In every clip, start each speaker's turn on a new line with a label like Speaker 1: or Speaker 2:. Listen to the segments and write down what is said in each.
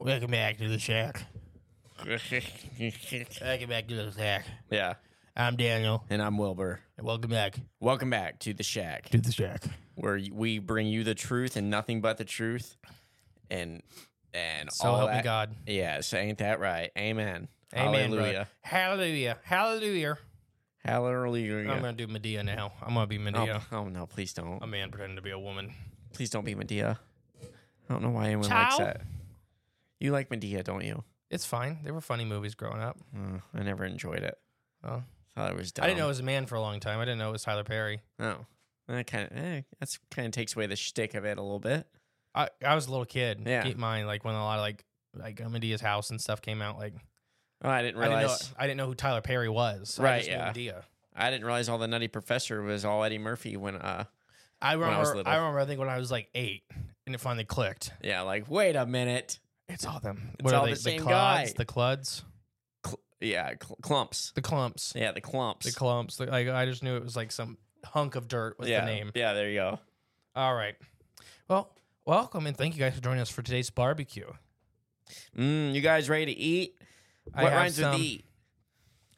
Speaker 1: Welcome back to the shack. Welcome back to the shack.
Speaker 2: yeah.
Speaker 1: I'm Daniel,
Speaker 2: And I'm Wilbur.
Speaker 1: and welcome back
Speaker 2: Welcome back to the Shack,
Speaker 1: to the shack.
Speaker 2: where y- we bring you the truth and nothing but the truth, and and
Speaker 1: So
Speaker 2: all
Speaker 1: help me
Speaker 2: that-
Speaker 1: God.
Speaker 2: Yes, ain't that right? Amen.
Speaker 1: Amen, brother. Hallelujah.
Speaker 2: Hallelujah.
Speaker 1: Hallelujah.
Speaker 2: Hallelujah.
Speaker 1: I'm going to do Medea now. I'm going to be
Speaker 2: oh,
Speaker 1: Medea.
Speaker 2: oh no, please don't.
Speaker 1: A man pretending to be a woman.
Speaker 2: please don't be Medea. I don't know why anyone likes
Speaker 1: Ciao.
Speaker 2: that. You like Medea, don't you?
Speaker 1: It's fine. They were funny movies growing up.
Speaker 2: Uh, I never enjoyed it.
Speaker 1: Oh.
Speaker 2: Thought it was dumb.
Speaker 1: I didn't know it was a man for a long time. I didn't know it was Tyler Perry.
Speaker 2: Oh, that kind of eh, that's kind of takes away the shtick of it a little bit.
Speaker 1: I, I was a little kid.
Speaker 2: Yeah.
Speaker 1: Keep in mind, like when a lot of like like uh, Medea's house and stuff came out, like
Speaker 2: Oh, I didn't
Speaker 1: I didn't know
Speaker 2: realize.
Speaker 1: I didn't know who Tyler Perry was. I
Speaker 2: Right,
Speaker 1: just knew
Speaker 2: yeah.
Speaker 1: Medea.
Speaker 2: I didn't realize all the Nutty Professor was all Eddie Murphy when uh
Speaker 1: I
Speaker 2: When
Speaker 1: remember.
Speaker 2: I
Speaker 1: I,
Speaker 2: was little.
Speaker 1: remember. I think when I was like eight, and it finally clicked.
Speaker 2: yeah like wait a minute
Speaker 1: It's all them.
Speaker 2: It's
Speaker 1: What
Speaker 2: all
Speaker 1: are they?
Speaker 2: the same
Speaker 1: clods,
Speaker 2: guy.
Speaker 1: the cluds,
Speaker 2: Cl- yeah cl- clumps
Speaker 1: the clumps,
Speaker 2: yeah the clumps
Speaker 1: the clumps. The- like I just knew it was like some hunk of dirt was
Speaker 2: yeah
Speaker 1: the name.
Speaker 2: yeah there you go
Speaker 1: All right. Well, welcome and thank you guys for joining us for today's barbecue.
Speaker 2: mm, you guys ready to eat
Speaker 1: I
Speaker 2: what
Speaker 1: have
Speaker 2: rhymes
Speaker 1: some-
Speaker 2: with E?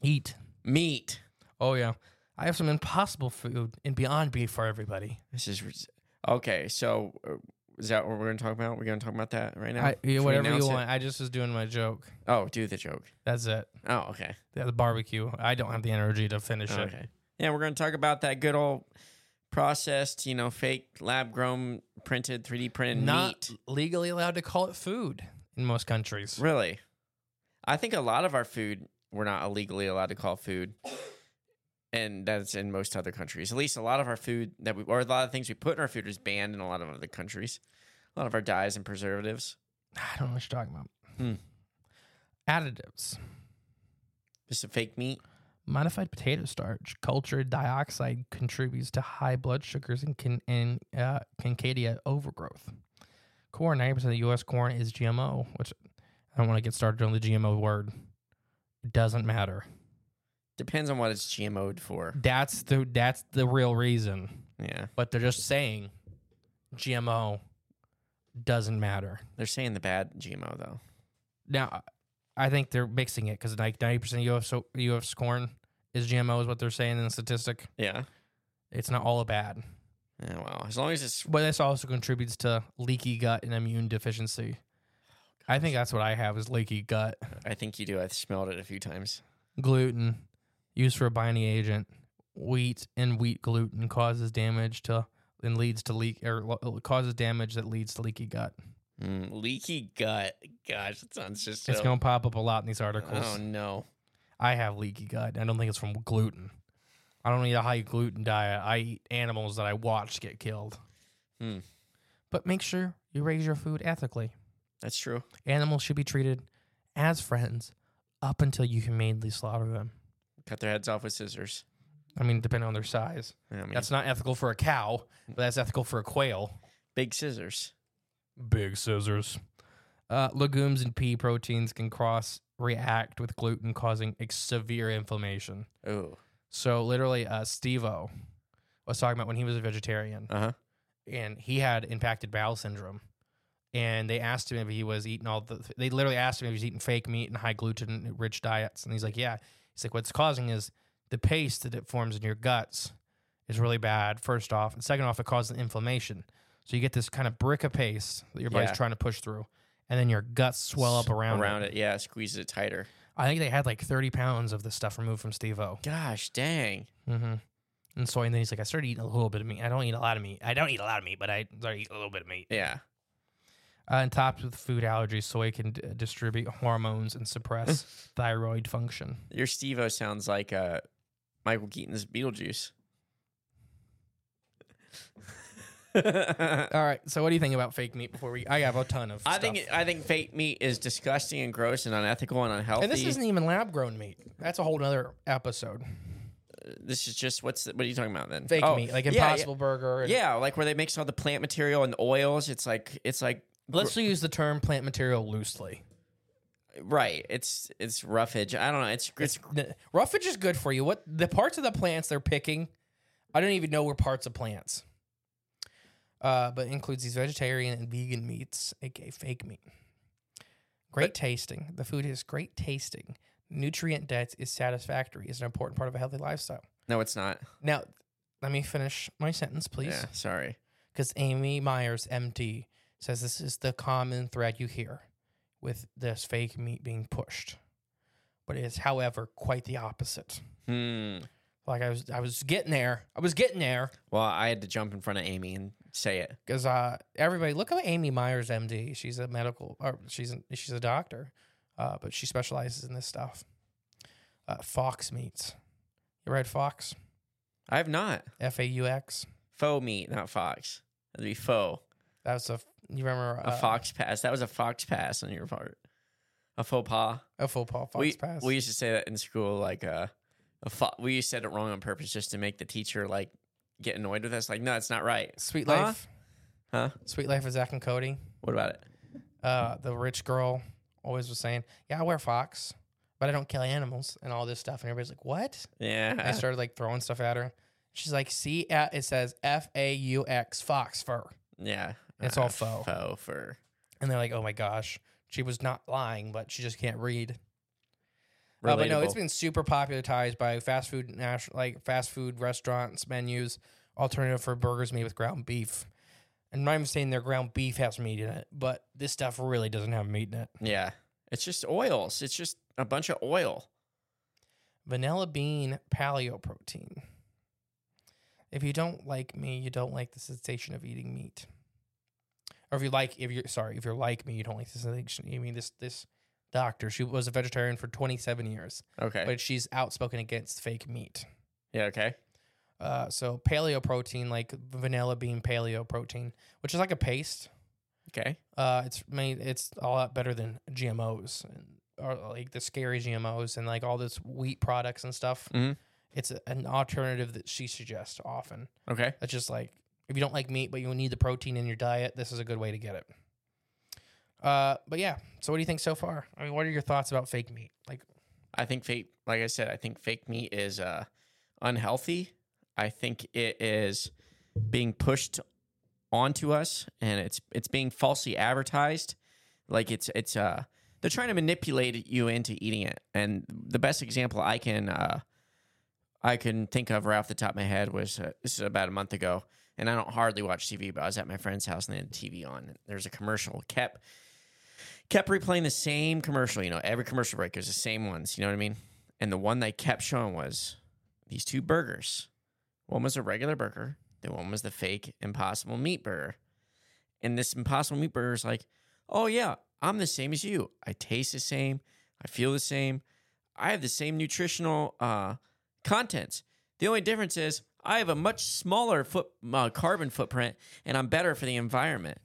Speaker 2: eat
Speaker 1: Eat.
Speaker 2: meat
Speaker 1: Oh yeah. I have some impossible food and beyond beef for everybody.
Speaker 2: this is res- okay so uh, is that what we're gonna talk about we're gonna talk about that right now
Speaker 1: I,
Speaker 2: Should we
Speaker 1: whatever
Speaker 2: announce
Speaker 1: you
Speaker 2: it?
Speaker 1: want. I just was doing my joke.
Speaker 2: oh do the joke
Speaker 1: That's it.
Speaker 2: oh okay
Speaker 1: Yeah, the barbecue. I don't have the energy to finish it.
Speaker 2: Okay. Yeah, we're going to talk about that good old processed, you know, fake lab grown printed 3D printed
Speaker 1: Not
Speaker 2: meat.
Speaker 1: legally allowed to call it food in most countries.
Speaker 2: Really? I think a lot of our food we're not illegally allowed to call food. And that's in most other countries. At least a lot of our food that we, or a lot of things we put in our food is banned in a lot of other countries. A lot of our dyes and preservatives.
Speaker 1: I don't know what you're talking about.
Speaker 2: Hmm.
Speaker 1: Additives,
Speaker 2: Just a fake meat.
Speaker 1: modified potato starch, cultured dioxide contributes to high blood sugars and can and uh, Cancadia overgrowth. Corn, ninety percent of the U.S. corn is GMO, which I don't want to get started on the GMO word. Doesn't matter.
Speaker 2: Depends on what it's GMO'd for.
Speaker 1: That's the that's the real reason.
Speaker 2: Yeah.
Speaker 1: But they're just saying GMO doesn't matter.
Speaker 2: They're saying the bad GMO, though.
Speaker 1: Now, I think they're mixing it because like ninety percent of US so- US corn is GMO is what they're saying in the statistic.
Speaker 2: Yeah.
Speaker 1: It's not all bad,
Speaker 2: Yeah, well, as long as it's
Speaker 1: but this also contributes to leaky gut and immune deficiency. I think that's what I have is leaky gut,
Speaker 2: I think you do. I've smelled it a few times.
Speaker 1: gluten, used for a binding agent, wheat and wheat gluten causes damage to and leads to leak or lo- causes damage that leads to leaky gut.
Speaker 2: Mm, leaky gut. Gosh, that sounds just so.
Speaker 1: It's going to pop up a lot in these articles.
Speaker 2: oh no.
Speaker 1: I have leaky gut. and I don't think it's from gluten. I don't eat a high gluten diet. I eat animals that I watch get killed.
Speaker 2: Hmm.
Speaker 1: But make sure you raise your food ethically.
Speaker 2: That's true.
Speaker 1: Animals should be treated as friends up until you humanely slaughter them.
Speaker 2: Cut their heads off with scissors.
Speaker 1: I mean, depending on their size.
Speaker 2: I mean,
Speaker 1: That's not ethical for a cow, but that's ethical for a quail.
Speaker 2: big scissors.
Speaker 1: Big scissors. Uh, legumes and pea proteins can cross react with gluten, causing ex- severe inflammation.
Speaker 2: Oh.
Speaker 1: So literally, uh, Steve-O was talking about when he was a vegetarian
Speaker 2: Uh huh.
Speaker 1: and he had impacted bowel syndrome, and they asked him if he was eating all the. They literally asked him if he was eating fake meat and high gluten rich diets, and he's like, "Yeah." He's like, "What's causing is the paste that it forms in your guts is really bad. First off, and second off, it causes inflammation. So you get this kind of brick of paste that your body's
Speaker 2: Yeah.
Speaker 1: trying to push through, and then your guts swell up around
Speaker 2: around it. Yeah, squeezes it tighter.
Speaker 1: I think they had like 30 pounds of this stuff removed from Steve O.
Speaker 2: Gosh, dang.
Speaker 1: Mm-hmm. And so and then he's like, I started eating a little bit of meat. I don't eat a lot of meat. I don't eat a lot of meat, but I started eating a little bit of meat.
Speaker 2: Yeah.
Speaker 1: Uh, and topped with food allergies, so it can d- distribute hormones and suppress thyroid function.
Speaker 2: Your Steve O sounds like uh, Michael Keaton's Beetlejuice.
Speaker 1: All right. So what do you think about fake meat? Before we, I have a ton of.
Speaker 2: I
Speaker 1: stuff.
Speaker 2: think I think fake meat is disgusting and gross and unethical and unhealthy.
Speaker 1: and this isn't even lab grown meat. That's a whole other episode.
Speaker 2: This is just what's the, what are you talking about then?
Speaker 1: Fake
Speaker 2: Oh,
Speaker 1: meat, like
Speaker 2: yeah, yeah.
Speaker 1: Impossible Burger. and-
Speaker 2: Yeah, like where they mix all the plant material and the oils. It's like it's like
Speaker 1: Let's use the term plant material loosely.
Speaker 2: right. It's it's roughage. I don't know. It's it's
Speaker 1: N- Roughage is good for you. What the parts of the plants they're picking, I don't even know were parts of plants. Uh, but includes these vegetarian and vegan meats, aka fake meat. Great tasting. The food is great tasting. Nutrient dense is satisfactory. Is an important part of a healthy lifestyle.
Speaker 2: no, it's not.
Speaker 1: Now, let me finish my sentence, please
Speaker 2: Yeah, sorry.
Speaker 1: because Amy Myers, MD, says this is the common thread you hear with this fake meat being pushed. But it is, however, quite the opposite.
Speaker 2: Hmm.
Speaker 1: Like I was, I was getting there. I was getting there
Speaker 2: Well, I had to jump in front of Amy and say it.
Speaker 1: because uh, everybody look at Amy Myers, MD. She's a medical, or she's a, she's a doctor, uh, but she specializes in this stuff. Uh, Fox meats. You read Fox?
Speaker 2: I have not
Speaker 1: F A U X.
Speaker 2: faux meat, not fox. That'd be faux.
Speaker 1: That was a. You remember uh,
Speaker 2: A fox pass. That was a fox pass on your part. A faux pas.
Speaker 1: A full Paul Fox
Speaker 2: we,
Speaker 1: pass.
Speaker 2: We used to say that in school, like uh, a fo- we said it wrong on purpose just to make the teacher like get annoyed with us. Like, no, it's not right.
Speaker 1: Sweet
Speaker 2: Huh?
Speaker 1: Life.
Speaker 2: Huh?
Speaker 1: Sweet Life of Zach and Cody.
Speaker 2: What about it?
Speaker 1: uh, the rich girl always was saying, "Yeah, I wear fox, but I don't kill animals and all this stuff." And everybody's like, "What?"
Speaker 2: Yeah,
Speaker 1: I started like throwing stuff at her. She's like, "See, uh, it says F A U X fox fur,"
Speaker 2: yeah.
Speaker 1: It's all faux.
Speaker 2: Faux for
Speaker 1: and they're like, "Oh my gosh." She was not lying, but she just can't read.
Speaker 2: relatable.
Speaker 1: Uh, but no, it's been super popularized by fast food national, like fast food restaurants menus. Alternative for burgers made with ground beef, and I'm not even saying their ground beef has meat in it, but this stuff really doesn't have meat in it.
Speaker 2: yeah. It's just oils. It's just a bunch of oil.
Speaker 1: vanilla bean paleo protein. If you don't like me, you don't like the sensation of eating meat. Or if you like, if you're sorry, if you're like me, you don't like the sensation. I mean, this this doctor, she was a vegetarian for 27 years,
Speaker 2: Okay.
Speaker 1: but she's outspoken against fake meat.
Speaker 2: yeah. Okay.
Speaker 1: Uh, so paleo protein, like vanilla bean paleo protein, which is like a paste.
Speaker 2: Okay.
Speaker 1: Uh, it's made it's a lot better than GMOs and or like the scary GMOs and like all this wheat products and stuff.
Speaker 2: Mhm.
Speaker 1: It's a, an alternative that she suggests often.
Speaker 2: Okay.
Speaker 1: It's just like if you don't like meat but you need the protein in your diet, this is a good way to get it. Uh, but yeah. So what do you think so far? I mean, what are your thoughts about fake meat? Like,
Speaker 2: I think fake, like I said, I think fake meat is uh, unhealthy. I think it is being pushed onto us, and it's it's being falsely advertised. Like it's it's uh, they're trying to manipulate you into eating it. And the best example I can uh, I can think of right off the top of my head was uh, this is about a month ago, and I don't hardly watch TV, but I was at my friend's house and they had TV on. And there's a commercial kept kept replaying the same commercial. You know, every commercial break is the same ones. You know what I mean? And the one they kept showing was these two burgers. One was a regular burger. The one was the fake Impossible Meat Burger. And this Impossible Meat Burger is like, oh yeah, I'm the same as you. I taste the same. I feel the same. I have the same nutritional uh, contents. The only difference is I have a much smaller foot uh, carbon footprint, and I'm better for the environment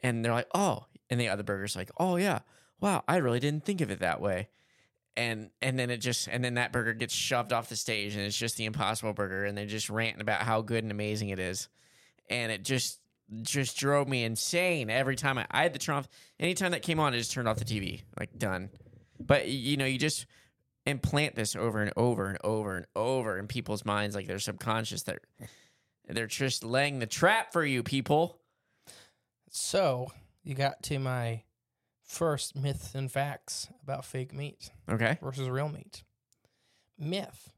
Speaker 2: and they're like, oh, and the other burger's like, oh yeah, wow, I really didn't think of it that way, and and then it just and then that burger gets shoved off the stage, and it's just the Impossible Burger, and they're just ranting about how good and amazing it is, and it just just drove me insane every time I, I had the Trump. Anytime that came on, I just turned off the TV, like done. But you know, you just implant this over and over and over and over in people's minds, like their subconscious. They're they're just laying the trap for you, people.
Speaker 1: so you got to my first myths and facts about fake meat
Speaker 2: Okay.
Speaker 1: versus real meat. Myth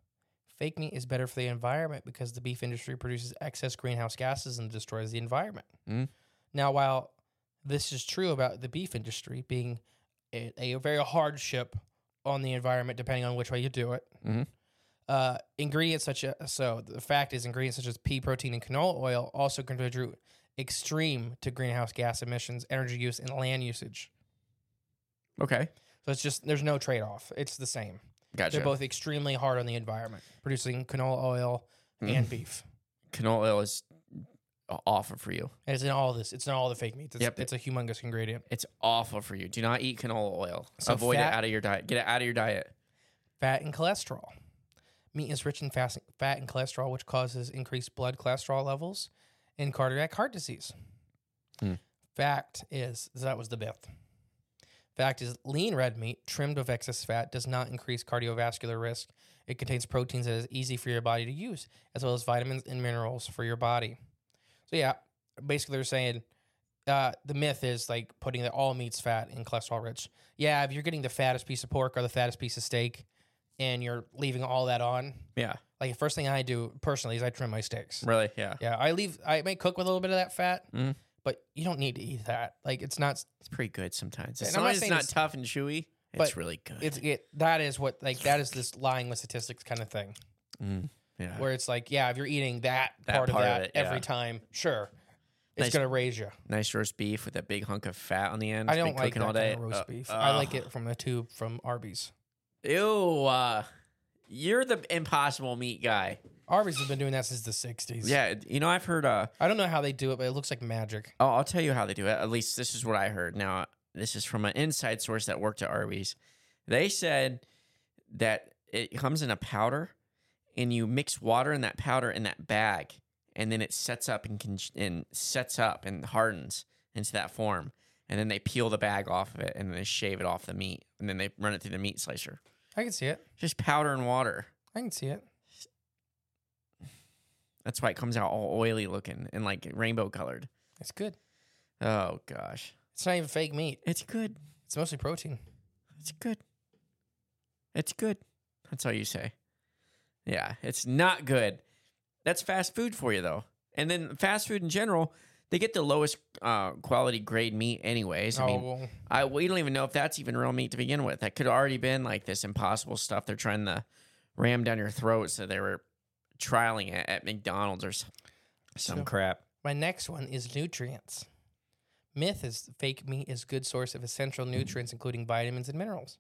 Speaker 1: fake meat is better for the environment because the beef industry produces excess greenhouse gases and destroys the environment.
Speaker 2: Mm.
Speaker 1: Now, while this is true about the beef industry being a, a very hardship on the environment, depending on which way you do it,
Speaker 2: Mhm.
Speaker 1: uh, ingredients such as so the fact is ingredients such as pea protein and canola oil also contribute extreme to greenhouse gas emissions, energy use, and land usage.
Speaker 2: Okay.
Speaker 1: So it's just there's no trade off. It's the same.
Speaker 2: Gotcha.
Speaker 1: They're both extremely hard on the environment, producing canola oil
Speaker 2: Hmm.
Speaker 1: and beef.
Speaker 2: Canola oil is aw- awful for you.
Speaker 1: And it's in all this. It's in all the fake meats. It's,
Speaker 2: Yep.
Speaker 1: it's a humongous ingredient.
Speaker 2: It's awful for you. Do not eat canola oil.
Speaker 1: So
Speaker 2: Avoid
Speaker 1: fat-
Speaker 2: it out of your diet. Get it out of your diet.
Speaker 1: Fat and cholesterol. Meat is rich in fast, fat and cholesterol, which causes increased blood cholesterol levels and cardiac heart disease.
Speaker 2: Hmm.
Speaker 1: Fact is, so that was the myth. Fact is, lean red meat trimmed of excess fat does not increase cardiovascular risk. It contains proteins that is easy for your body to use, as well as vitamins and minerals for your body. So yeah, basically they're saying uh, the myth is like putting that all meat's fat and cholesterol rich. Yeah, if you're getting the fattest piece of pork or the fattest piece of steak, and you're leaving all that on,
Speaker 2: Yeah.
Speaker 1: like the first thing I do personally is I trim my steaks.
Speaker 2: Really? Yeah.
Speaker 1: Yeah, I leave. I may cook with a little bit of that fat,
Speaker 2: Mhm.
Speaker 1: but you don't need to eat that. Like it's not.
Speaker 2: It's pretty good sometimes. As
Speaker 1: And I'm
Speaker 2: long
Speaker 1: not
Speaker 2: as it's
Speaker 1: saying
Speaker 2: not
Speaker 1: it's-
Speaker 2: tough and chewy,
Speaker 1: but
Speaker 2: it's really good.
Speaker 1: It's it. That is what like that is this lying with statistics kind of thing,
Speaker 2: Mm, yeah.
Speaker 1: where it's like, yeah, if you're eating that,
Speaker 2: That
Speaker 1: part,
Speaker 2: part
Speaker 1: of
Speaker 2: of
Speaker 1: that
Speaker 2: it,
Speaker 1: every
Speaker 2: yeah.
Speaker 1: time, sure, it's
Speaker 2: Nice.
Speaker 1: gonna raise you.
Speaker 2: nice roast beef with a big hunk of fat on the end.
Speaker 1: I
Speaker 2: It's been
Speaker 1: don't like
Speaker 2: cooking
Speaker 1: that
Speaker 2: all
Speaker 1: kind
Speaker 2: day.
Speaker 1: of roast
Speaker 2: Uh,
Speaker 1: beef. I like
Speaker 2: ugh.
Speaker 1: it from the tube from Arby's.
Speaker 2: Ew. Uh, you're the impossible meat guy.
Speaker 1: Arby's has been doing that since the '60s.
Speaker 2: Yeah. You know, I've heard. Uh,
Speaker 1: I don't know how they do it, but it looks like magic.
Speaker 2: oh, I'll tell you how they do it. At least this is what I heard. Now, this is from an inside source that worked at Arby's. They said that it comes in a powder, and you mix water in that powder in that bag, and then it sets up and con- and sets up and hardens into that form. And then they peel the bag off of it, and then they shave it off the meat, and then they run it through the meat slicer.
Speaker 1: I can see it.
Speaker 2: Just powder and water.
Speaker 1: I can see it.
Speaker 2: That's why it comes out all oily looking and like rainbow colored.
Speaker 1: It's good.
Speaker 2: Oh gosh,
Speaker 1: It's not even fake meat.
Speaker 2: it's good.
Speaker 1: It's mostly protein.
Speaker 2: It's good. It's good. That's all you say. Yeah, it's not good. That's fast food for you though. And then fast food in general, they get the lowest uh, quality grade meat anyways. I mean,
Speaker 1: oh, well,
Speaker 2: I we don't even know if that's even real meat to begin with. That could have already been like this impossible stuff they're trying to ram down your throat. So they were trialing it at McDonald's or some, some
Speaker 1: So-
Speaker 2: crap.
Speaker 1: my next one is nutrients. Myth is fake meat is good source of essential nutrients, including vitamins and minerals.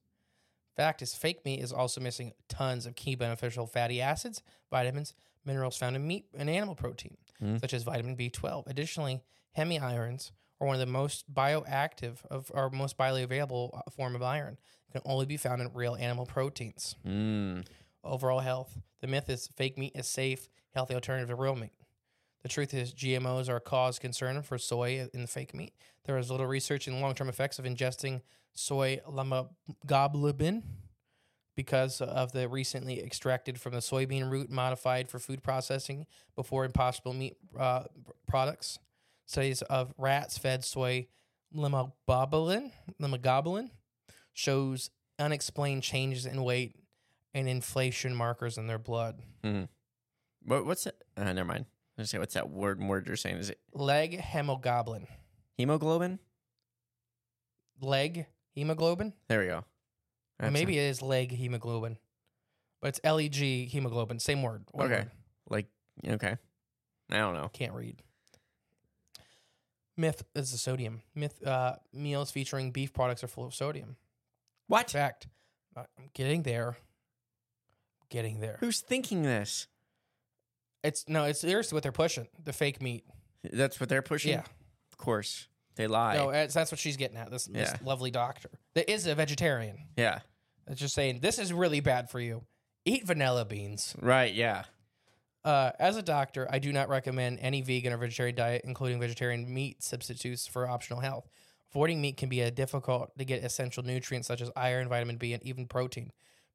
Speaker 1: Fact is, fake meat is also missing tons of key beneficial fatty acids, vitamins, minerals found in meat and animal protein,
Speaker 2: Mm.
Speaker 1: such as vitamin B12. Additionally, hemiirons are one of the most bioactive of or most bioavailable uh, form of iron. It can only be found in real animal proteins.
Speaker 2: Mm.
Speaker 1: overall health. The myth is fake meat is safe, healthy alternative to real meat. The truth is GMOs are a cause concern for soy in the fake meat. There is little research in long term effects of ingesting soy goblin because of the recently extracted from the soybean root modified for food processing before impossible meat uh, products. Studies of rats fed soy lemobobilin, lemogoblin shows unexplained changes in weight and inflation markers in their blood.
Speaker 2: What, what's that? Uh, never mind. I just say what's that word? Word you're saying is it
Speaker 1: Leg hemoglobin.
Speaker 2: hemoglobin?
Speaker 1: Leg hemoglobin?
Speaker 2: There we go.
Speaker 1: Or Maybe it is leg hemoglobin. But it's L E G hemoglobin. Same word. One
Speaker 2: Okay.
Speaker 1: word.
Speaker 2: like okay. I don't know.
Speaker 1: Can't read. Myth is the sodium. Myth uh, meals featuring beef products are full of sodium. In
Speaker 2: What?
Speaker 1: fact, I'm getting there. Getting there.
Speaker 2: Who's thinking this?
Speaker 1: It's no, it's here's what they're pushing. The fake meat.
Speaker 2: That's what they're pushing.
Speaker 1: Yeah.
Speaker 2: of course they lie.
Speaker 1: No, it's, that's what she's getting at. This, this
Speaker 2: Yeah.
Speaker 1: lovely doctor that is a vegetarian.
Speaker 2: yeah,
Speaker 1: It's just saying this is really bad for you. Eat vanilla beans.
Speaker 2: right. Yeah,
Speaker 1: Uh, as a doctor, I do not recommend any vegan or vegetarian diet, including vegetarian meat substitutes for optional health. Avoiding meat can be a difficult to get essential nutrients such as iron, vitamin B, and even protein.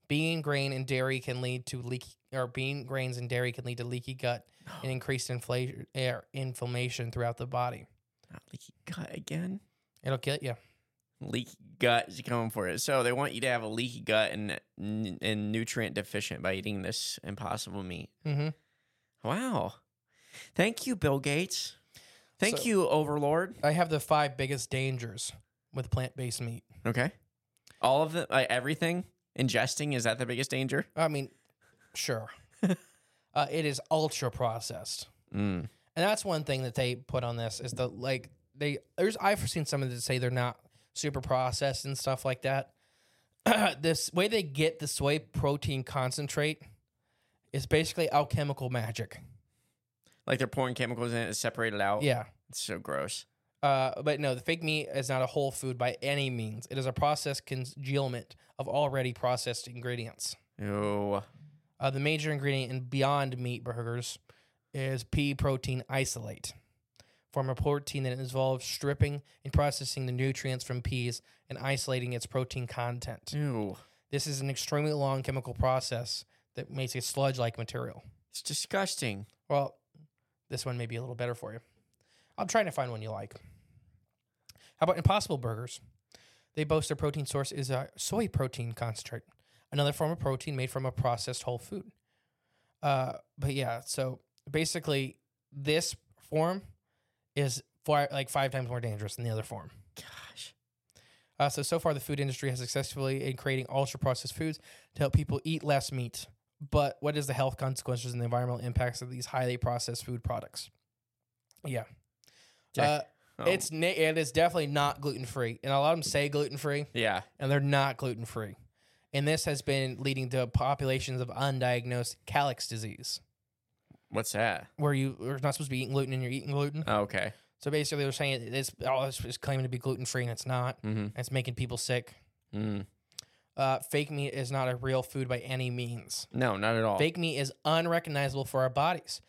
Speaker 1: Bean, grain, and dairy can lead to leaky, or bean, grains, and dairy can lead to leaky gut and increased inflation, er, inflammation throughout the body.
Speaker 2: not leaky gut again.
Speaker 1: It'll kill you.
Speaker 2: Leaky gut is going for it. So they want you to have a leaky gut and and nutrient deficient by eating this impossible meat.
Speaker 1: Mm-hmm.
Speaker 2: Wow. Thank you, Bill Gates. Thank
Speaker 1: So-
Speaker 2: you, Overlord.
Speaker 1: I have the five biggest dangers with plant based meat.
Speaker 2: Okay. All of the like, everything ingesting is that the biggest danger?
Speaker 1: I mean, sure. uh, it is ultra processed.
Speaker 2: Mm.
Speaker 1: And that's one thing that they put on this is the like they there's I've seen some of that say they're not super processed and stuff like that. this way they get the soy protein concentrate is basically alchemical magic.
Speaker 2: Like they're pouring chemicals in it to separate it out.
Speaker 1: Yeah.
Speaker 2: It's so gross.
Speaker 1: Uh, but no, the fake meat is not a whole food by any means. It is a processed congealment of already processed ingredients.
Speaker 2: Ew.
Speaker 1: Uh, the major ingredient in Beyond Meat burgers is pea protein isolate, form of protein that involves stripping and processing the nutrients from peas and isolating its protein content.
Speaker 2: Ew.
Speaker 1: This is an extremely long chemical process that makes a sludge like material.
Speaker 2: It's disgusting.
Speaker 1: Well, this one may be a little better for you. I'm trying to find one you like. How about Impossible Burgers? They boast their protein source is a soy protein concentrate, another form of protein made from a processed whole food. Uh, but yeah, so basically, this form is fi- like five times more dangerous than the other form.
Speaker 2: Gosh.
Speaker 1: Uh, so so far, the food industry has successfully in creating ultra processed foods to help people eat less meat. But what is the health consequences and the environmental impacts of these highly processed food products? Yeah, uh,
Speaker 2: Jack- Oh.
Speaker 1: it's na- it is definitely not gluten free, and a lot of them say gluten free,
Speaker 2: yeah.
Speaker 1: and they're not gluten free. And this has been leading to populations of undiagnosed calyx disease,
Speaker 2: What's that?
Speaker 1: where you are not supposed to be eating gluten and you're eating gluten.
Speaker 2: Oh, okay.
Speaker 1: So basically, they're saying it's all it's it's claiming to be gluten free and it's not.
Speaker 2: Mm-hmm.
Speaker 1: And it's making people sick.
Speaker 2: Mm.
Speaker 1: Uh, fake meat is not a real food by any means.
Speaker 2: No, not at all.
Speaker 1: Fake meat is unrecognizable for our bodies.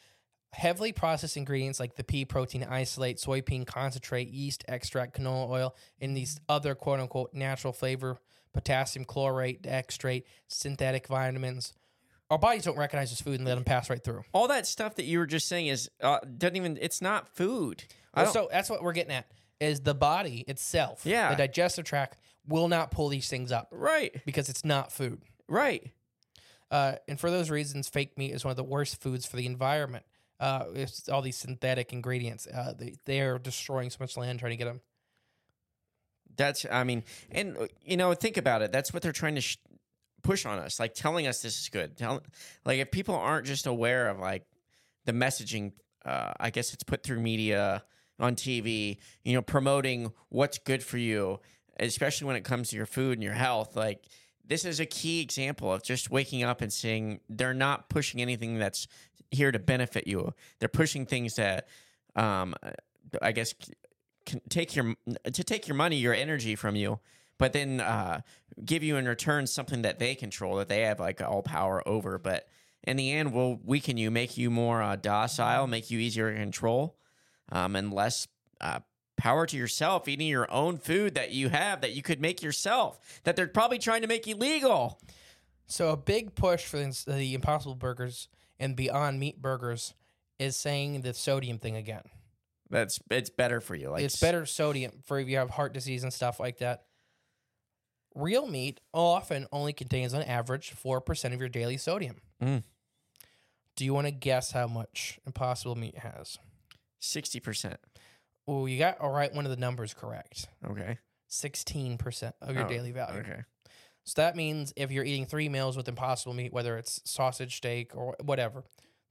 Speaker 1: Heavily processed ingredients like the pea protein isolate, soybean concentrate, yeast extract, canola oil, and these other quote unquote natural flavor, potassium chlorate, dextrate, synthetic vitamins. Our bodies don't recognize this food and let them pass right through.
Speaker 2: all that stuff that you were just saying is uh, doesn't even. It's not food. I
Speaker 1: Well,
Speaker 2: don't-
Speaker 1: so that's what we're getting at is the body itself,
Speaker 2: Yeah.
Speaker 1: the digestive tract will not pull these things up
Speaker 2: right,
Speaker 1: because it's not food.
Speaker 2: right.
Speaker 1: Uh, and for those reasons, fake meat is one of the worst foods for the environment. Uh, it's all these synthetic ingredients. Uh, they, they are destroying so much land trying to get them.
Speaker 2: That's. I mean, and uh, you know, think about it. That's what they're trying to sh- push on us, like telling us this is good. Tell, like if people aren't just aware of like the messaging. Uh, I guess it's put through media on TV. You know, promoting what's good for you, especially when it comes to your food and your health. Like this is a key example of just waking up and seeing they're not pushing anything that's here to benefit you. They're pushing things that, um, I guess, c- can take your to take your money, your energy from you, but then uh, give you in return something that they control, that they have like all power over. But in the end, will weaken you, make you more uh, docile, make you easier to control, um, and less. Uh, Power to yourself, eating your own food that you have that you could make yourself, that they're probably trying to make illegal.
Speaker 1: So a big push for the, the Impossible Burgers and Beyond Meat Burgers is saying the sodium thing again.
Speaker 2: That's it's better for you. Like
Speaker 1: it's better sodium for if you have heart disease and stuff like that. Real meat often only contains, on average, four percent of your daily sodium.
Speaker 2: Mm.
Speaker 1: Do you want to guess how much Impossible Meat has?
Speaker 2: sixty percent.
Speaker 1: Oh, you got all right. One of the numbers correct.
Speaker 2: Okay.
Speaker 1: Sixteen percent of your
Speaker 2: Oh,
Speaker 1: daily value.
Speaker 2: Okay.
Speaker 1: So that means if you're eating three meals with Impossible Meat, whether it's sausage, steak, or whatever,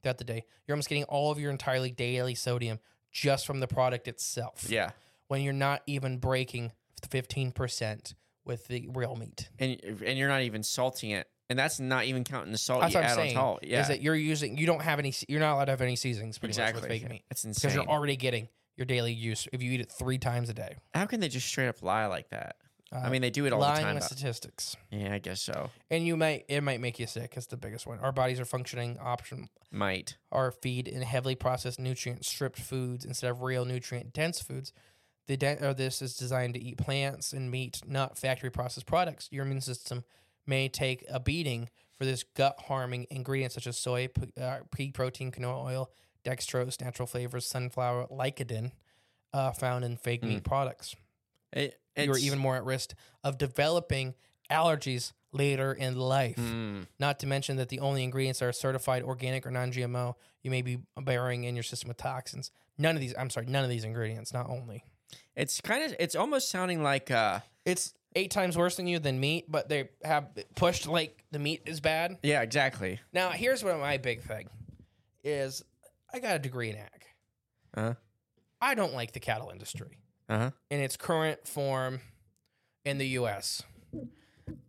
Speaker 1: throughout the day, you're almost getting all of your entirely daily sodium just from the product itself.
Speaker 2: Yeah.
Speaker 1: When you're not even breaking fifteen percent with the real meat.
Speaker 2: And and you're not even salting it, and that's not even counting the salt
Speaker 1: That's
Speaker 2: Oh, you
Speaker 1: what I'm
Speaker 2: add
Speaker 1: saying.
Speaker 2: on top. Yeah.
Speaker 1: Is that you're using? You don't have any. You're not allowed to have any seasonings. Pretty
Speaker 2: exactly.
Speaker 1: Much with fake meat
Speaker 2: That's
Speaker 1: because
Speaker 2: insane.
Speaker 1: you're already getting your daily use if you eat it three times a day.
Speaker 2: How can they just straight up lie like that? I
Speaker 1: Uh,
Speaker 2: mean, they do it all the
Speaker 1: lying
Speaker 2: time.
Speaker 1: with
Speaker 2: but-
Speaker 1: statistics.
Speaker 2: yeah, I guess so.
Speaker 1: and you might it might make you sick it's the biggest one our bodies are functioning option
Speaker 2: Might.
Speaker 1: are feed in heavily processed nutrient stripped foods instead of real nutrient dense foods the de- or this is designed to eat plants and meat not factory processed products your immune system may take a beating for this gut harming ingredients such as soy p- uh, pea protein canola oil dextrose natural flavors sunflower lycodin uh, found in fake meat products
Speaker 2: It,
Speaker 1: you are
Speaker 2: Mm. it's-
Speaker 1: even more at risk of developing allergies later in life.
Speaker 2: Mm,
Speaker 1: Not to mention that the only ingredients that are certified organic or non-GMO you may be burying in your system with toxins. None of these, I'm sorry, none of these ingredients. Not only
Speaker 2: it's kind of it's almost sounding like uh
Speaker 1: it's eight times worse than you than meat, but they have pushed like the meat is bad.
Speaker 2: yeah exactly
Speaker 1: Now here's what my big thing is: I got a degree in ag.
Speaker 2: uh
Speaker 1: I don't like the cattle industry.
Speaker 2: huh
Speaker 1: in its current form in the U.S.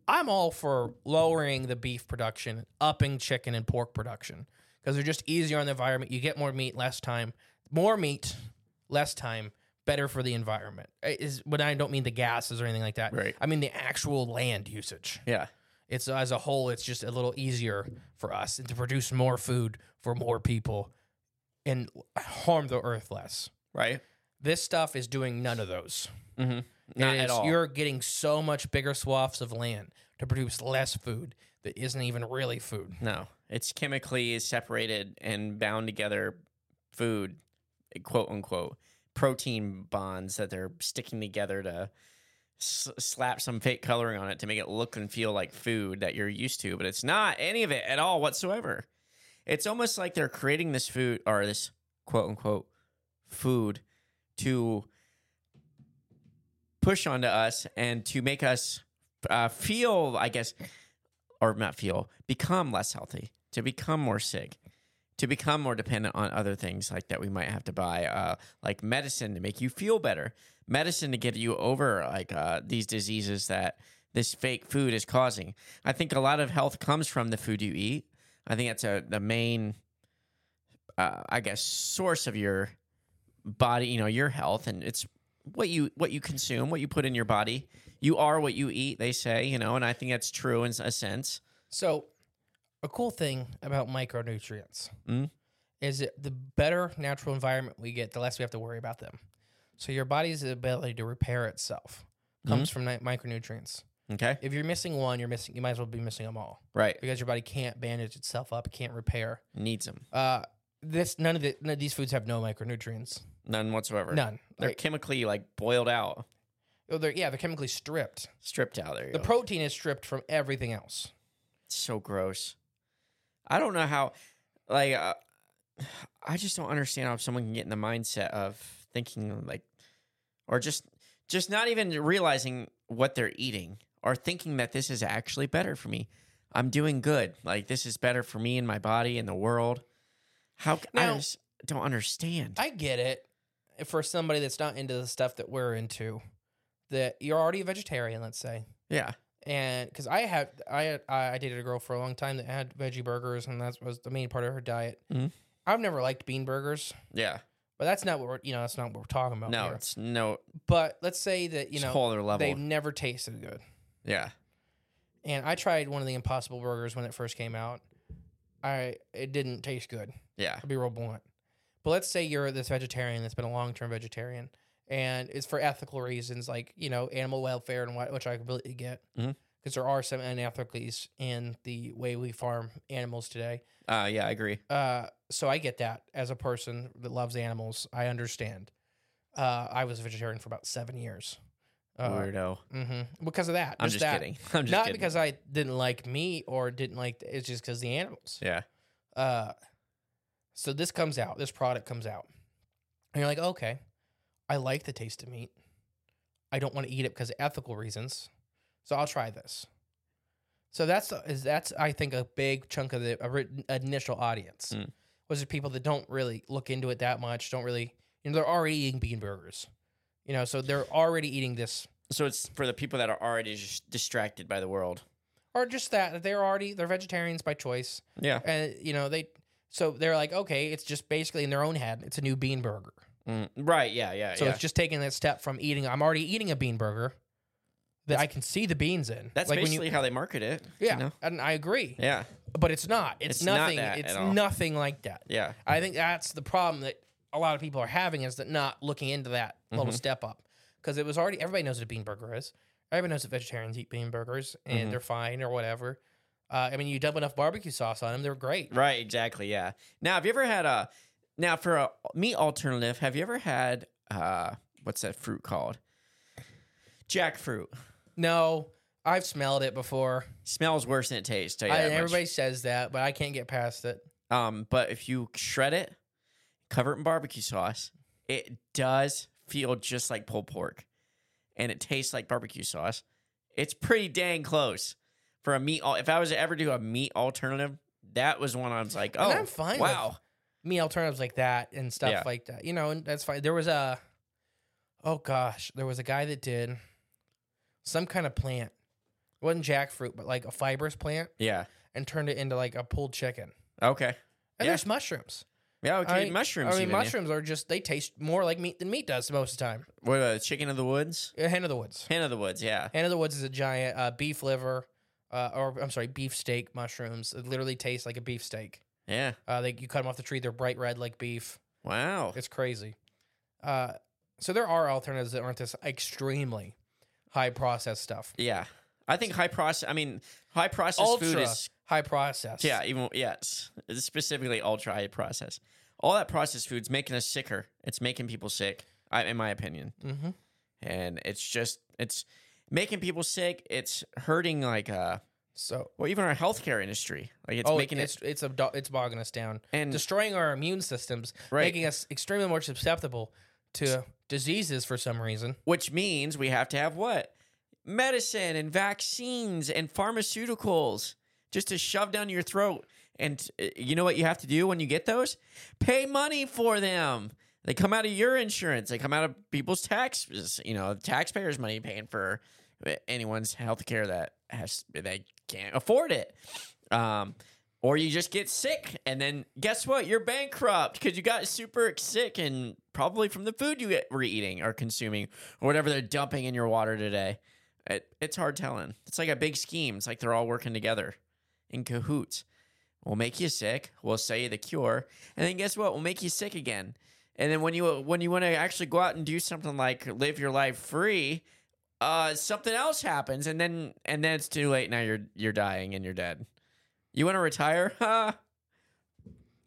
Speaker 1: I'm all for lowering the beef production, upping chicken and pork production because they're just easier on the environment. You get more meat, less time. More meat, less time, better for the environment. I- Is but I don't mean the gases or anything like that.
Speaker 2: Right.
Speaker 1: I mean the actual land usage.
Speaker 2: yeah
Speaker 1: It's as a whole, it's just a little easier for us and to produce more food for more people and harm the earth less.
Speaker 2: right
Speaker 1: This stuff is doing none of those.
Speaker 2: mm-hmm.
Speaker 1: It is- You're getting so much bigger swaths of land to produce less food that isn't even really food.
Speaker 2: No, it's chemically separated and bound together food, quote unquote, protein bonds that they're sticking together to s- slap some fake coloring on it to make it look and feel like food that you're used to, but it's not any of it at all whatsoever. It's almost like they're creating this food or this quote unquote food to push onto us and to make us uh, feel, I guess, or not feel, become less healthy, to become more sick, to become more dependent on other things like that we might have to buy, uh, like medicine to make you feel better, medicine to get you over like uh, these diseases that this fake food is causing. I think a lot of health comes from the food you eat. I think that's a the main, uh, I guess, source of your body. You know, your health, and it's what you what you consume, what you put in your body. You are what you eat, they say. You know, and I think that's true in a sense.
Speaker 1: So, a cool thing about micronutrients
Speaker 2: Mm.
Speaker 1: is that the better natural environment we get, the less we have to worry about them. So, your body's ability to repair itself
Speaker 2: Mm-hmm.
Speaker 1: comes from ni- micronutrients.
Speaker 2: Okay.
Speaker 1: If you're missing one, you're missing. You might as well be missing them all
Speaker 2: Right.
Speaker 1: because your body can't bandage itself up, it can't repair.
Speaker 2: Needs them.
Speaker 1: Uh, this none of the none of these foods have no micronutrients.
Speaker 2: None whatsoever.
Speaker 1: None.
Speaker 2: They're
Speaker 1: Like,
Speaker 2: chemically like boiled out,
Speaker 1: oh, they're, yeah, they're chemically stripped.
Speaker 2: stripped out. There. you
Speaker 1: The
Speaker 2: go.
Speaker 1: protein is stripped from everything else.
Speaker 2: It's so gross. I don't know how. Like, uh, I just don't understand how someone can get in the mindset of thinking like, or just just not even realizing what they're eating or thinking that this is actually better for me. I'm doing good. Like this is better for me and my body and the world. How c- I
Speaker 1: Now-
Speaker 2: just don't understand.
Speaker 1: I get it for somebody that's not into the stuff that we're into. That you're already a vegetarian, let's say,
Speaker 2: yeah.
Speaker 1: and because I have, I had- I I dated a girl for a long time that had veggie burgers, and that was the main part of her diet.
Speaker 2: Mhm.
Speaker 1: I've never liked bean burgers,
Speaker 2: Yeah.
Speaker 1: but that's not what we're you know that's not what we're talking about.
Speaker 2: No,
Speaker 1: here.
Speaker 2: it's no.
Speaker 1: but let's say that Oh, you
Speaker 2: It's a
Speaker 1: know
Speaker 2: whole other level.
Speaker 1: they've never tasted good.
Speaker 2: Yeah.
Speaker 1: And I tried one of the Impossible Burgers when it first came out. I it didn't taste good.
Speaker 2: Yeah.
Speaker 1: I'll be real blunt. But let's say you're this vegetarian that's been a long term vegetarian and it's for ethical reasons like, you know, animal welfare and what, which I completely get.
Speaker 2: Mhm.
Speaker 1: Because there are some unethicalities in the way we farm animals today.
Speaker 2: Uh, yeah, I agree.
Speaker 1: Uh, so I get that as a person that loves animals. I understand. Uh, I was a vegetarian for about seven years. Uh,
Speaker 2: Weirdo.
Speaker 1: hmm Because of that.
Speaker 2: I'm just
Speaker 1: that.
Speaker 2: kidding. I'm just
Speaker 1: Not
Speaker 2: kidding.
Speaker 1: because I didn't like meat or didn't like, it's just because the animals.
Speaker 2: Yeah.
Speaker 1: Uh, so this comes out, this product comes out, and you're like, okay, I like the taste of meat. I don't want to eat it because of ethical reasons, so I'll try this. So that's is that's I think a big chunk of the ori- initial audience
Speaker 2: Mm.
Speaker 1: was the people that don't really look into it that much, don't really, you know, they're already eating bean burgers, you know, so they're already eating this
Speaker 2: So it's for the people that are already just distracted by the world.
Speaker 1: or just that that they're already they're vegetarians by choice.
Speaker 2: Yeah.
Speaker 1: and you know they so they're like okay it's just basically in their own head it's a new bean burger
Speaker 2: Mm, right. Yeah. Yeah.
Speaker 1: so
Speaker 2: yeah.
Speaker 1: it's just taking that step from eating i'm already eating a bean burger that i can see the beans in
Speaker 2: That's
Speaker 1: like
Speaker 2: basically
Speaker 1: when
Speaker 2: how they market it.
Speaker 1: you,
Speaker 2: you
Speaker 1: yeah
Speaker 2: know?
Speaker 1: and i agree
Speaker 2: Yeah.
Speaker 1: but it's not it's,
Speaker 2: It's not
Speaker 1: nothing
Speaker 2: that
Speaker 1: it's
Speaker 2: at all.
Speaker 1: nothing like that
Speaker 2: Yeah.
Speaker 1: i think that's the problem that a lot of people are having is that not looking into that little
Speaker 2: Mhm.
Speaker 1: step up because it was already everybody knows what a bean burger is everybody knows that vegetarians eat bean burgers and
Speaker 2: Mhm.
Speaker 1: they're fine or whatever uh, i mean you dump enough barbecue sauce on them they're great
Speaker 2: Right. Exactly. Yeah. Now, have you ever had a now for a meat alternative? Have you ever had uh what's that fruit called? Jackfruit
Speaker 1: No, I've smelled it before.
Speaker 2: smells worse than it tastes. Tell you
Speaker 1: I,
Speaker 2: that much.
Speaker 1: everybody says that, but I can't get past it.
Speaker 2: Um, but if you shred it, cover it in barbecue sauce, it does feel just like pulled pork, and it tastes like barbecue sauce. It's pretty dang close for a meat. Al- if I was to ever do a meat alternative, that was one I was like, oh,
Speaker 1: and I'm fine.
Speaker 2: wow.
Speaker 1: With me alternatives like that and stuff
Speaker 2: Yeah.
Speaker 1: like that. You know, and that's fine. There was a, oh gosh, there was a guy that did some kind of plant. It wasn't jackfruit, but like a fibrous plant,
Speaker 2: yeah.
Speaker 1: and turned it into like a pulled chicken.
Speaker 2: Okay.
Speaker 1: And
Speaker 2: Yeah.
Speaker 1: there's mushrooms.
Speaker 2: Yeah. Okay.
Speaker 1: I-
Speaker 2: mushrooms.
Speaker 1: I mean,
Speaker 2: even, yeah.
Speaker 1: mushrooms are just they taste more like meat than meat does most of the time.
Speaker 2: What about chicken of the woods?
Speaker 1: Uh, Hen of the woods.
Speaker 2: Hen of the woods. Yeah.
Speaker 1: Hen of the woods is a giant uh, beef liver, uh, or I'm sorry, beef steak mushrooms. It literally tastes like a beef steak.
Speaker 2: Yeah.
Speaker 1: Uh, they, you cut them off the tree, they're bright red like beef.
Speaker 2: Wow.
Speaker 1: It's crazy. Uh, so there are alternatives that aren't this extremely high processed stuff.
Speaker 2: yeah. I think high process. I mean, high processed food
Speaker 1: Ultra
Speaker 2: is
Speaker 1: high processed.
Speaker 2: Yeah, even yes, It's specifically ultra high processed. All that processed food's making us sicker. It's making people sick, I, in my opinion,
Speaker 1: Mm-hmm.
Speaker 2: and it's just it's making people sick. It's hurting like uh
Speaker 1: So
Speaker 2: well even our healthcare industry. Like it's
Speaker 1: oh,
Speaker 2: making
Speaker 1: it's
Speaker 2: it
Speaker 1: it's a do- it's bogging us down,
Speaker 2: and
Speaker 1: destroying our immune systems,
Speaker 2: Right.
Speaker 1: making us extremely more susceptible to diseases for some reason.
Speaker 2: which means we have to have what medicine and vaccines and pharmaceuticals just to shove down your throat. And uh, you know what you have to do when you get those? Pay money for them. They come out of your insurance. They come out of people's taxes. You know, taxpayers' money paying for uh, anyone's health care that has they can't afford it. Um, or you just get sick, and then guess what? You're bankrupt because you got super sick, and probably from the food you get- were eating or consuming, or whatever they're dumping in your water today. It, it's hard telling. It's like a big scheme. It's like they're all working together in cahoots. We'll make you sick. We'll sell you the cure, and then guess what? We'll make you sick again. And then when you when you want to actually go out and do something like live your life free, uh, something else happens, and then and then it's too late. Now you're you're dying and you're dead. You want to retire? Huh?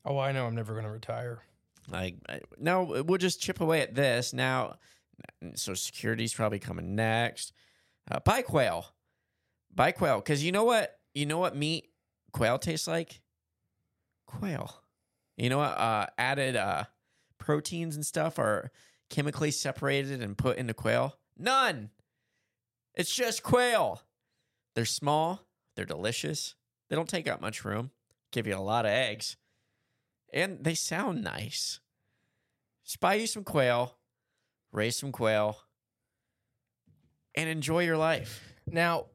Speaker 1: Oh, I know I'm never going to retire.
Speaker 2: Like I- no, we'll just chip away at this now. So security's probably coming next. Uh, buy quail, buy quail, because you know what you know what meat quail tastes like. Quail. You know what? Uh, added uh, proteins and stuff are chemically separated and put into quail. None. It's just quail. They're small. They're delicious. They don't take up much room. Give you a lot of eggs and they sound nice. Just buy you some quail, raise some quail, and enjoy your life.
Speaker 1: Now,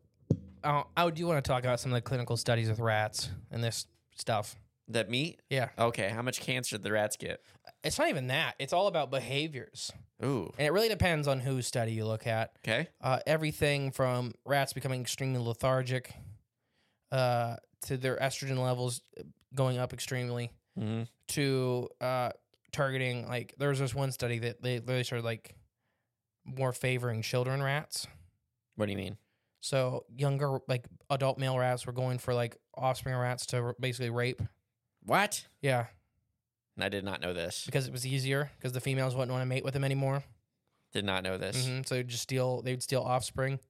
Speaker 1: uh, I do want to talk about some of the clinical studies with rats and this stuff.
Speaker 2: That meat?
Speaker 1: Yeah,
Speaker 2: Okay, how much cancer did the rats get?
Speaker 1: it's not even that. It's all about behaviors,
Speaker 2: Ooh.
Speaker 1: and it really depends on whose study you look at.
Speaker 2: Okay.
Speaker 1: uh, everything from rats becoming extremely lethargic uh, to their estrogen levels uh, going up extremely
Speaker 2: Mm-hmm.
Speaker 1: to uh, targeting like there was this one study that they literally started like more favoring children rats
Speaker 2: What do you mean?
Speaker 1: so younger like adult male rats were going for like offspring rats to r- basically rape
Speaker 2: What?
Speaker 1: yeah
Speaker 2: I did not know this.
Speaker 1: because it was easier because the females wouldn't want to mate with them anymore
Speaker 2: Did not know this.
Speaker 1: hmm so they'd just steal they'd steal offspring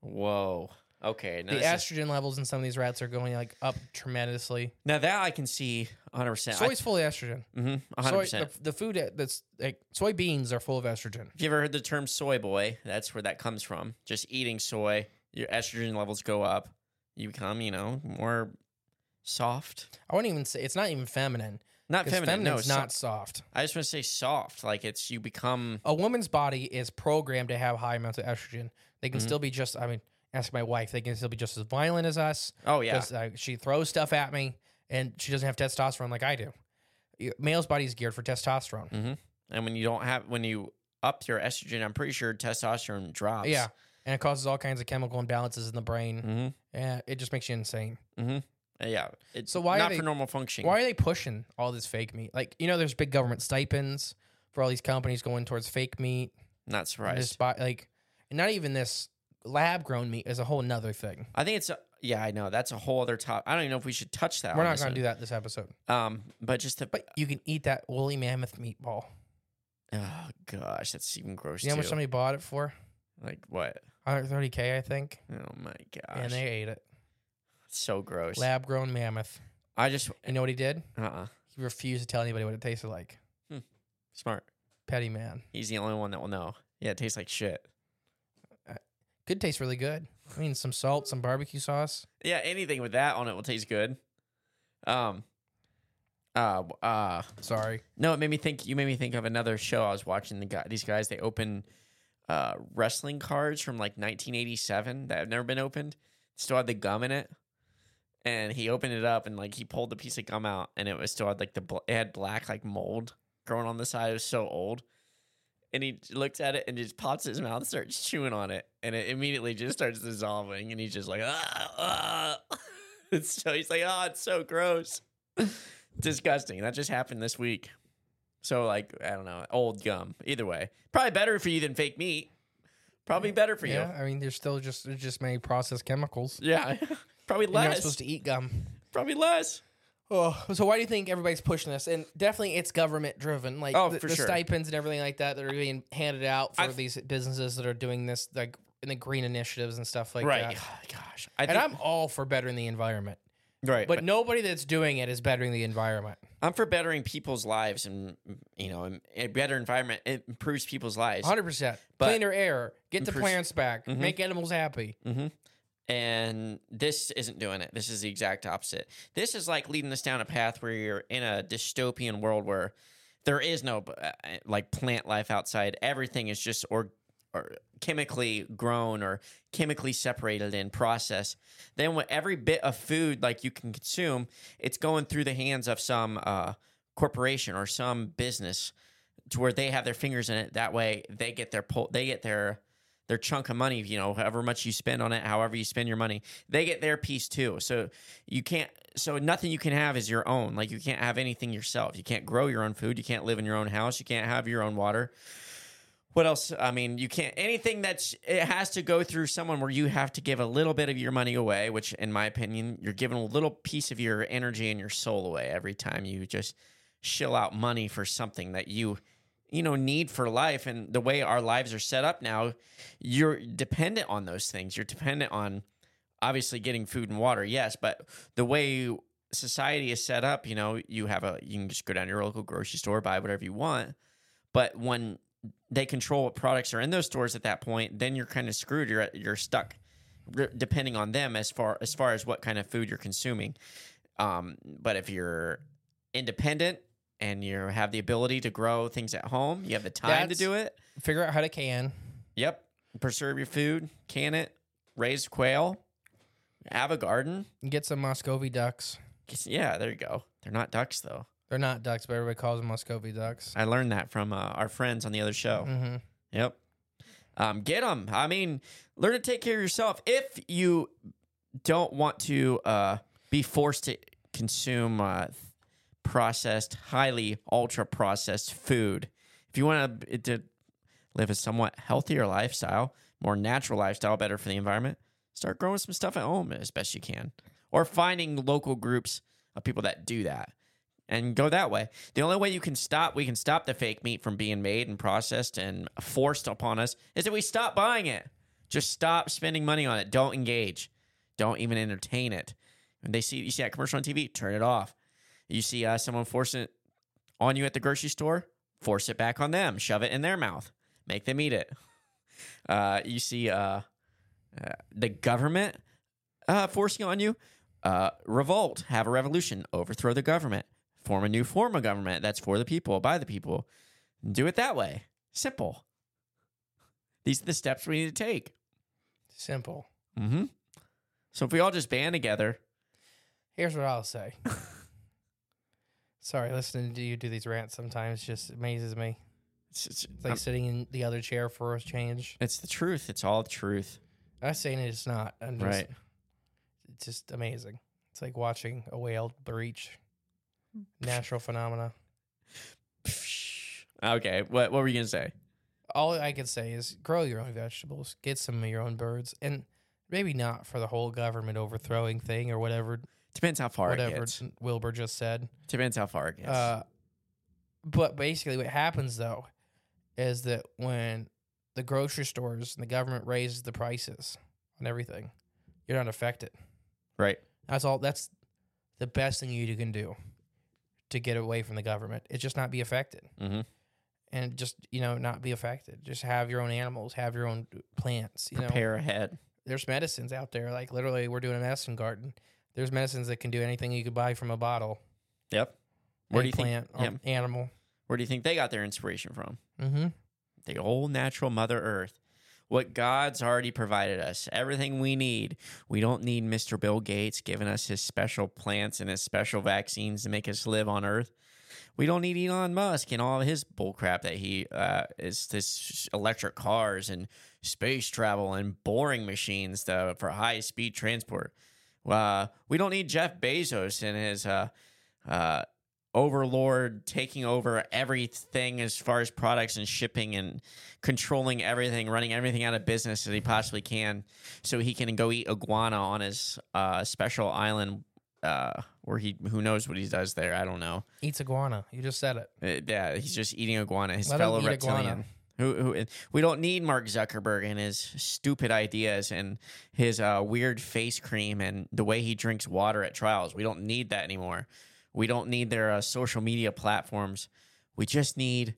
Speaker 2: Whoa. Okay. Now,
Speaker 1: the
Speaker 2: this is-
Speaker 1: estrogen levels in some of these rats are going like up tremendously
Speaker 2: now that I can see 100%.
Speaker 1: soy's full of estrogen
Speaker 2: I, mm-hmm, 100%.
Speaker 1: Soy, the, the food that- that's like soybeans are full of estrogen.
Speaker 2: If you ever heard the term soy boy, that's where that comes from. Just eating soy, your estrogen levels go up. You become, you know, more soft.
Speaker 1: I wouldn't even say it's not even feminine.
Speaker 2: Not
Speaker 1: 'cause
Speaker 2: feminine, no.
Speaker 1: feminine's not
Speaker 2: so-
Speaker 1: soft.
Speaker 2: I just want to say soft. Like it's you become.
Speaker 1: A woman's body is programmed to have high amounts of estrogen. They can
Speaker 2: Mhm.
Speaker 1: still be just. I mean, ask my wife. They can still be just as violent as us.
Speaker 2: Oh yeah,
Speaker 1: 'cause, uh, she throws stuff at me, and she doesn't have testosterone like I do. Y- Male's body is geared for testosterone.
Speaker 2: and when you don't have when you up your estrogen, I'm pretty sure testosterone drops.
Speaker 1: Yeah, and it causes all kinds of chemical imbalances in the brain.
Speaker 2: hmm
Speaker 1: And it just makes you insane.
Speaker 2: Uh, Yeah. It's
Speaker 1: So why are
Speaker 2: not
Speaker 1: they-
Speaker 2: for normal functioning?
Speaker 1: Why are they pushing all this fake meat? Like, you know, there's big government stipends for all these companies going towards fake meat.
Speaker 2: Not
Speaker 1: and
Speaker 2: surprised.
Speaker 1: This, bi- like, and not even this lab grown meat is a whole nother thing.
Speaker 2: I think it's. A, yeah, I know. That's a whole other top. I don't even know if we should touch that.
Speaker 1: We're not going to do that this episode.
Speaker 2: that. Um, but just the.
Speaker 1: But you can eat that woolly mammoth meatball.
Speaker 2: oh gosh, that's even gross.
Speaker 1: You know how much
Speaker 2: too.
Speaker 1: somebody bought it for?
Speaker 2: Like what?
Speaker 1: 130k, I think,
Speaker 2: Oh my gosh.
Speaker 1: and they ate it.
Speaker 2: so gross.
Speaker 1: Lab grown mammoth.
Speaker 2: I just
Speaker 1: You know what he did?
Speaker 2: uh uh
Speaker 1: He refused to tell anybody what it tasted like.
Speaker 2: smart.
Speaker 1: Petty man.
Speaker 2: He's the only one that will know. Yeah, it tastes like shit.
Speaker 1: Could taste really good. I mean, some salt, some barbecue sauce.
Speaker 2: Yeah, anything with that on it will taste good. Um uh uh
Speaker 1: Sorry.
Speaker 2: no, it made me think you made me think of another show I was watching the guy these guys they open uh wrestling cards from like 1987 that have never been opened. Still had the gum in it. And he opened it up and like he pulled the piece of gum out and it was still had like the bl- it had black like mold growing on the side. It was so old. And he looks at it and just pops his mouth, starts chewing on it, and it immediately just starts dissolving. And he's just like, ah, ah. And so he's like, oh, it's so gross, disgusting. That just happened this week. So like, I don't know, old gum. Either way, probably better for you than fake meat. Probably better for
Speaker 1: yeah, I mean, there's still just there's just many processed chemicals.
Speaker 2: you. Yeah, probably
Speaker 1: You're not
Speaker 2: less.
Speaker 1: supposed to eat gum.
Speaker 2: Probably less.
Speaker 1: Oh, so why do you think everybody's pushing this? And definitely, it's government driven. Like
Speaker 2: Oh,
Speaker 1: the,
Speaker 2: for
Speaker 1: the
Speaker 2: sure.
Speaker 1: stipends and everything like that that are being handed out for
Speaker 2: I've-
Speaker 1: these businesses that are doing this, like in the green initiatives and stuff like that.
Speaker 2: right. Gosh. I
Speaker 1: And I'm all for bettering the environment,
Speaker 2: right,
Speaker 1: but nobody that's doing it is bettering the environment.
Speaker 2: I'm for bettering people's lives and you know and a better environment. It improves people's lives.
Speaker 1: 100. percent
Speaker 2: But-
Speaker 1: Cleaner air, get the
Speaker 2: Impres-
Speaker 1: plants back,
Speaker 2: Mhm.
Speaker 1: make animals happy.
Speaker 2: hmm And this isn't doing it. This is the exact opposite. This is like leading us down a path where you're in a dystopian world where there is no uh, like plant life outside. Everything is just or or chemically grown or chemically separated and processed. Then with every bit of food like you can consume, it's going through the hands of some uh, corporation or some business to where they have their fingers in it. That way they get their pull. They get their their chunk of money, you know, however much you spend on it, however you spend your money, they get their piece too. So you can't, so nothing you can have is your own. Like you can't have anything yourself. You can't grow your own food. You can't live in your own house. You can't have your own water. What else? I mean, you can't, anything that's, it has to go through someone where you have to give a little bit of your money away, which in my opinion, you're giving a little piece of your energy and your soul away every time you just shill out money for something that you, you know, need for life. And the way our lives are set up now, you're dependent on those things. You're dependent on obviously getting food and water, yes, but the way society is set up, you know, you have a you can just go down to your local grocery store, buy whatever you want. But when they control what products are in those stores at that point, then you're kind of screwed. You're you're stuck re- depending on them as far as far as what kind of food you're consuming. Um, but if you're independent and you have the ability to grow things at home, you have the time
Speaker 1: That's-
Speaker 2: to do it.
Speaker 1: Figure out how to can.
Speaker 2: Yep. Preserve your food, can it, raise quail, have a garden.
Speaker 1: Get some Muscovy ducks.
Speaker 2: Yeah, there you go. They're not ducks though.
Speaker 1: They're not ducks, but everybody calls them Muscovy ducks.
Speaker 2: I learned that from uh, our friends on the other show.
Speaker 1: hmm
Speaker 2: Yep. Um, get them. I mean, learn to take care of yourself. If you don't want to uh, be forced to consume uh, processed, highly ultra processed food, if you want to, to live a somewhat healthier lifestyle, more natural lifestyle, better for the environment, start growing some stuff at home as best you can, or finding local groups of people that do that and go that way. The only way you can stop, we can stop the fake meat from being made and processed and forced upon us is that we stop buying it. Just stop spending money on it. Don't engage. Don't even entertain it. When they see you see that commercial on TV, turn it off. You see uh, someone forcing it on you at the grocery store, force it back on them. Shove it in their mouth. Make them eat it. Uh, you see uh, uh, the government uh, forcing on you. Uh, revolt, have a revolution, overthrow the government, form a new form of government that's for the people, by the people. Do it that way. Simple. These are the steps we need to take.
Speaker 1: Simple.
Speaker 2: Mm-hmm. So if we all just band together,
Speaker 1: Here's what I'll say. Sorry, listening to you do these rants sometimes just amazes me.
Speaker 2: it's, it's,
Speaker 1: It's like
Speaker 2: um,
Speaker 1: sitting in the other chair for a change.
Speaker 2: it's the truth. It's all the truth.
Speaker 1: I'm saying it's not. I'm just,
Speaker 2: Right.
Speaker 1: It's just amazing. It's like watching a whale breach. Natural phenomena.
Speaker 2: Okay. What What were you gonna say?
Speaker 1: All I can say is grow your own vegetables, get some of your own birds, and maybe not for the whole government overthrowing thing or whatever
Speaker 2: Depends how far it
Speaker 1: whatever
Speaker 2: gets.
Speaker 1: Wilbur just said.
Speaker 2: Depends how far it gets.
Speaker 1: Uh, but basically, what happens though is that when the grocery stores and the government raises the prices on everything, you're not affected.
Speaker 2: Right.
Speaker 1: That's all. That's the best thing you can do to get away from the government. It's just not be affected
Speaker 2: Mm-hmm.
Speaker 1: and just you know not be affected. Just have your own animals, have your own plants. You know,
Speaker 2: Prepare ahead.
Speaker 1: there's medicines out there. Like literally, we're doing a medicine garden. There's medicines that can do anything you could buy from a bottle,
Speaker 2: Yep. Where
Speaker 1: a
Speaker 2: do you think?
Speaker 1: plant, or
Speaker 2: yeah.
Speaker 1: animal.
Speaker 2: Where do you think they got their inspiration from?
Speaker 1: Mm-hmm.
Speaker 2: The old natural Mother Earth. What God's already provided us, everything we need. We don't need Mr. Bill Gates giving us his special plants and his special vaccines to make us live on Earth. We don't need Elon Musk and all of his bullcrap that he uh, is this electric cars and space travel and boring machines to, for high speed transport. Uh, we don't need Jeff Bezos and his uh, uh, overlord taking over everything as far as products and shipping and controlling everything, running everything out of business that he possibly can, so he can go eat iguana on his uh, special island. Uh, where he, who knows what he does there? I don't know.
Speaker 1: Eats iguana. You just said it.
Speaker 2: Uh, yeah, he's just eating iguana. His
Speaker 1: Let him
Speaker 2: fellow
Speaker 1: eat iguana.
Speaker 2: reptilian. Who, who, and we don't need Mark Zuckerberg and his stupid ideas and his uh, weird face cream and the way he drinks water at trials. We don't need that anymore. We don't need their uh, social media platforms. We just need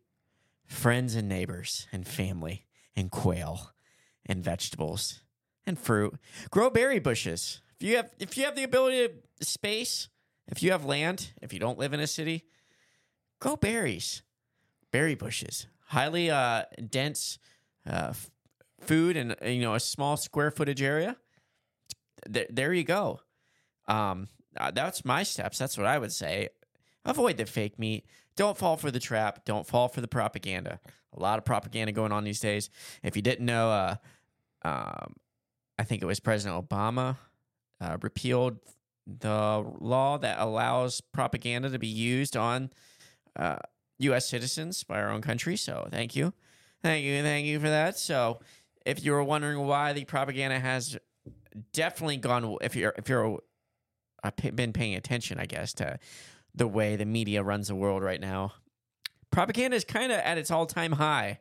Speaker 2: friends and neighbors and family and quail and vegetables and fruit. Grow berry bushes. If you have if you have the ability to space, if you have land, if you don't live in a city, grow berries. Berry bushes. Highly uh, dense uh, f- food and uh, you know a small square footage area. Th- there you go. Um, uh, that's my steps. That's what I would say. Avoid the fake meat. Don't fall for the trap. Don't fall for the propaganda. A lot of propaganda going on these days. If you didn't know, uh, um, I think it was President Obama uh, repealed the law that allows propaganda to be used on uh, U.S. citizens by our own country. So thank you, thank you, thank you for that. So if you were wondering why the propaganda has definitely gone, if you're if you're I've pa- been paying attention, I guess, to the way the media runs the world right now. Propaganda is kind of at its all time high.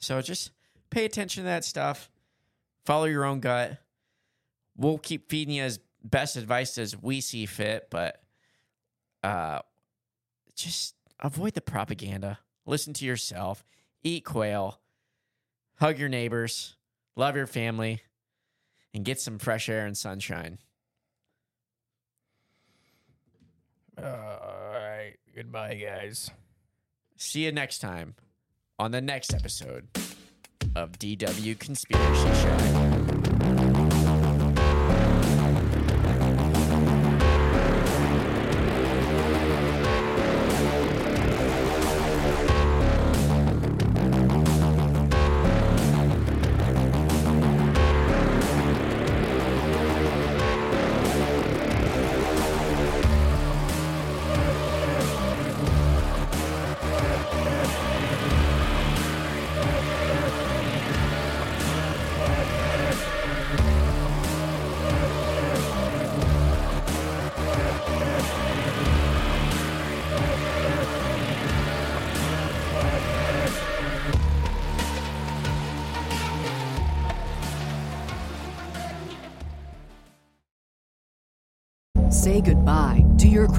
Speaker 2: So just pay attention to that stuff. Follow your own gut. We'll keep feeding you as best advice as we see fit, but uh, just avoid the propaganda. Listen to yourself. Eat quail. Hug your neighbors. Love your family. And get some fresh air and sunshine.
Speaker 1: All right. Goodbye, guys.
Speaker 2: See you next time on the next episode of DW Conspiracy Show.
Speaker 3: Say goodbye to your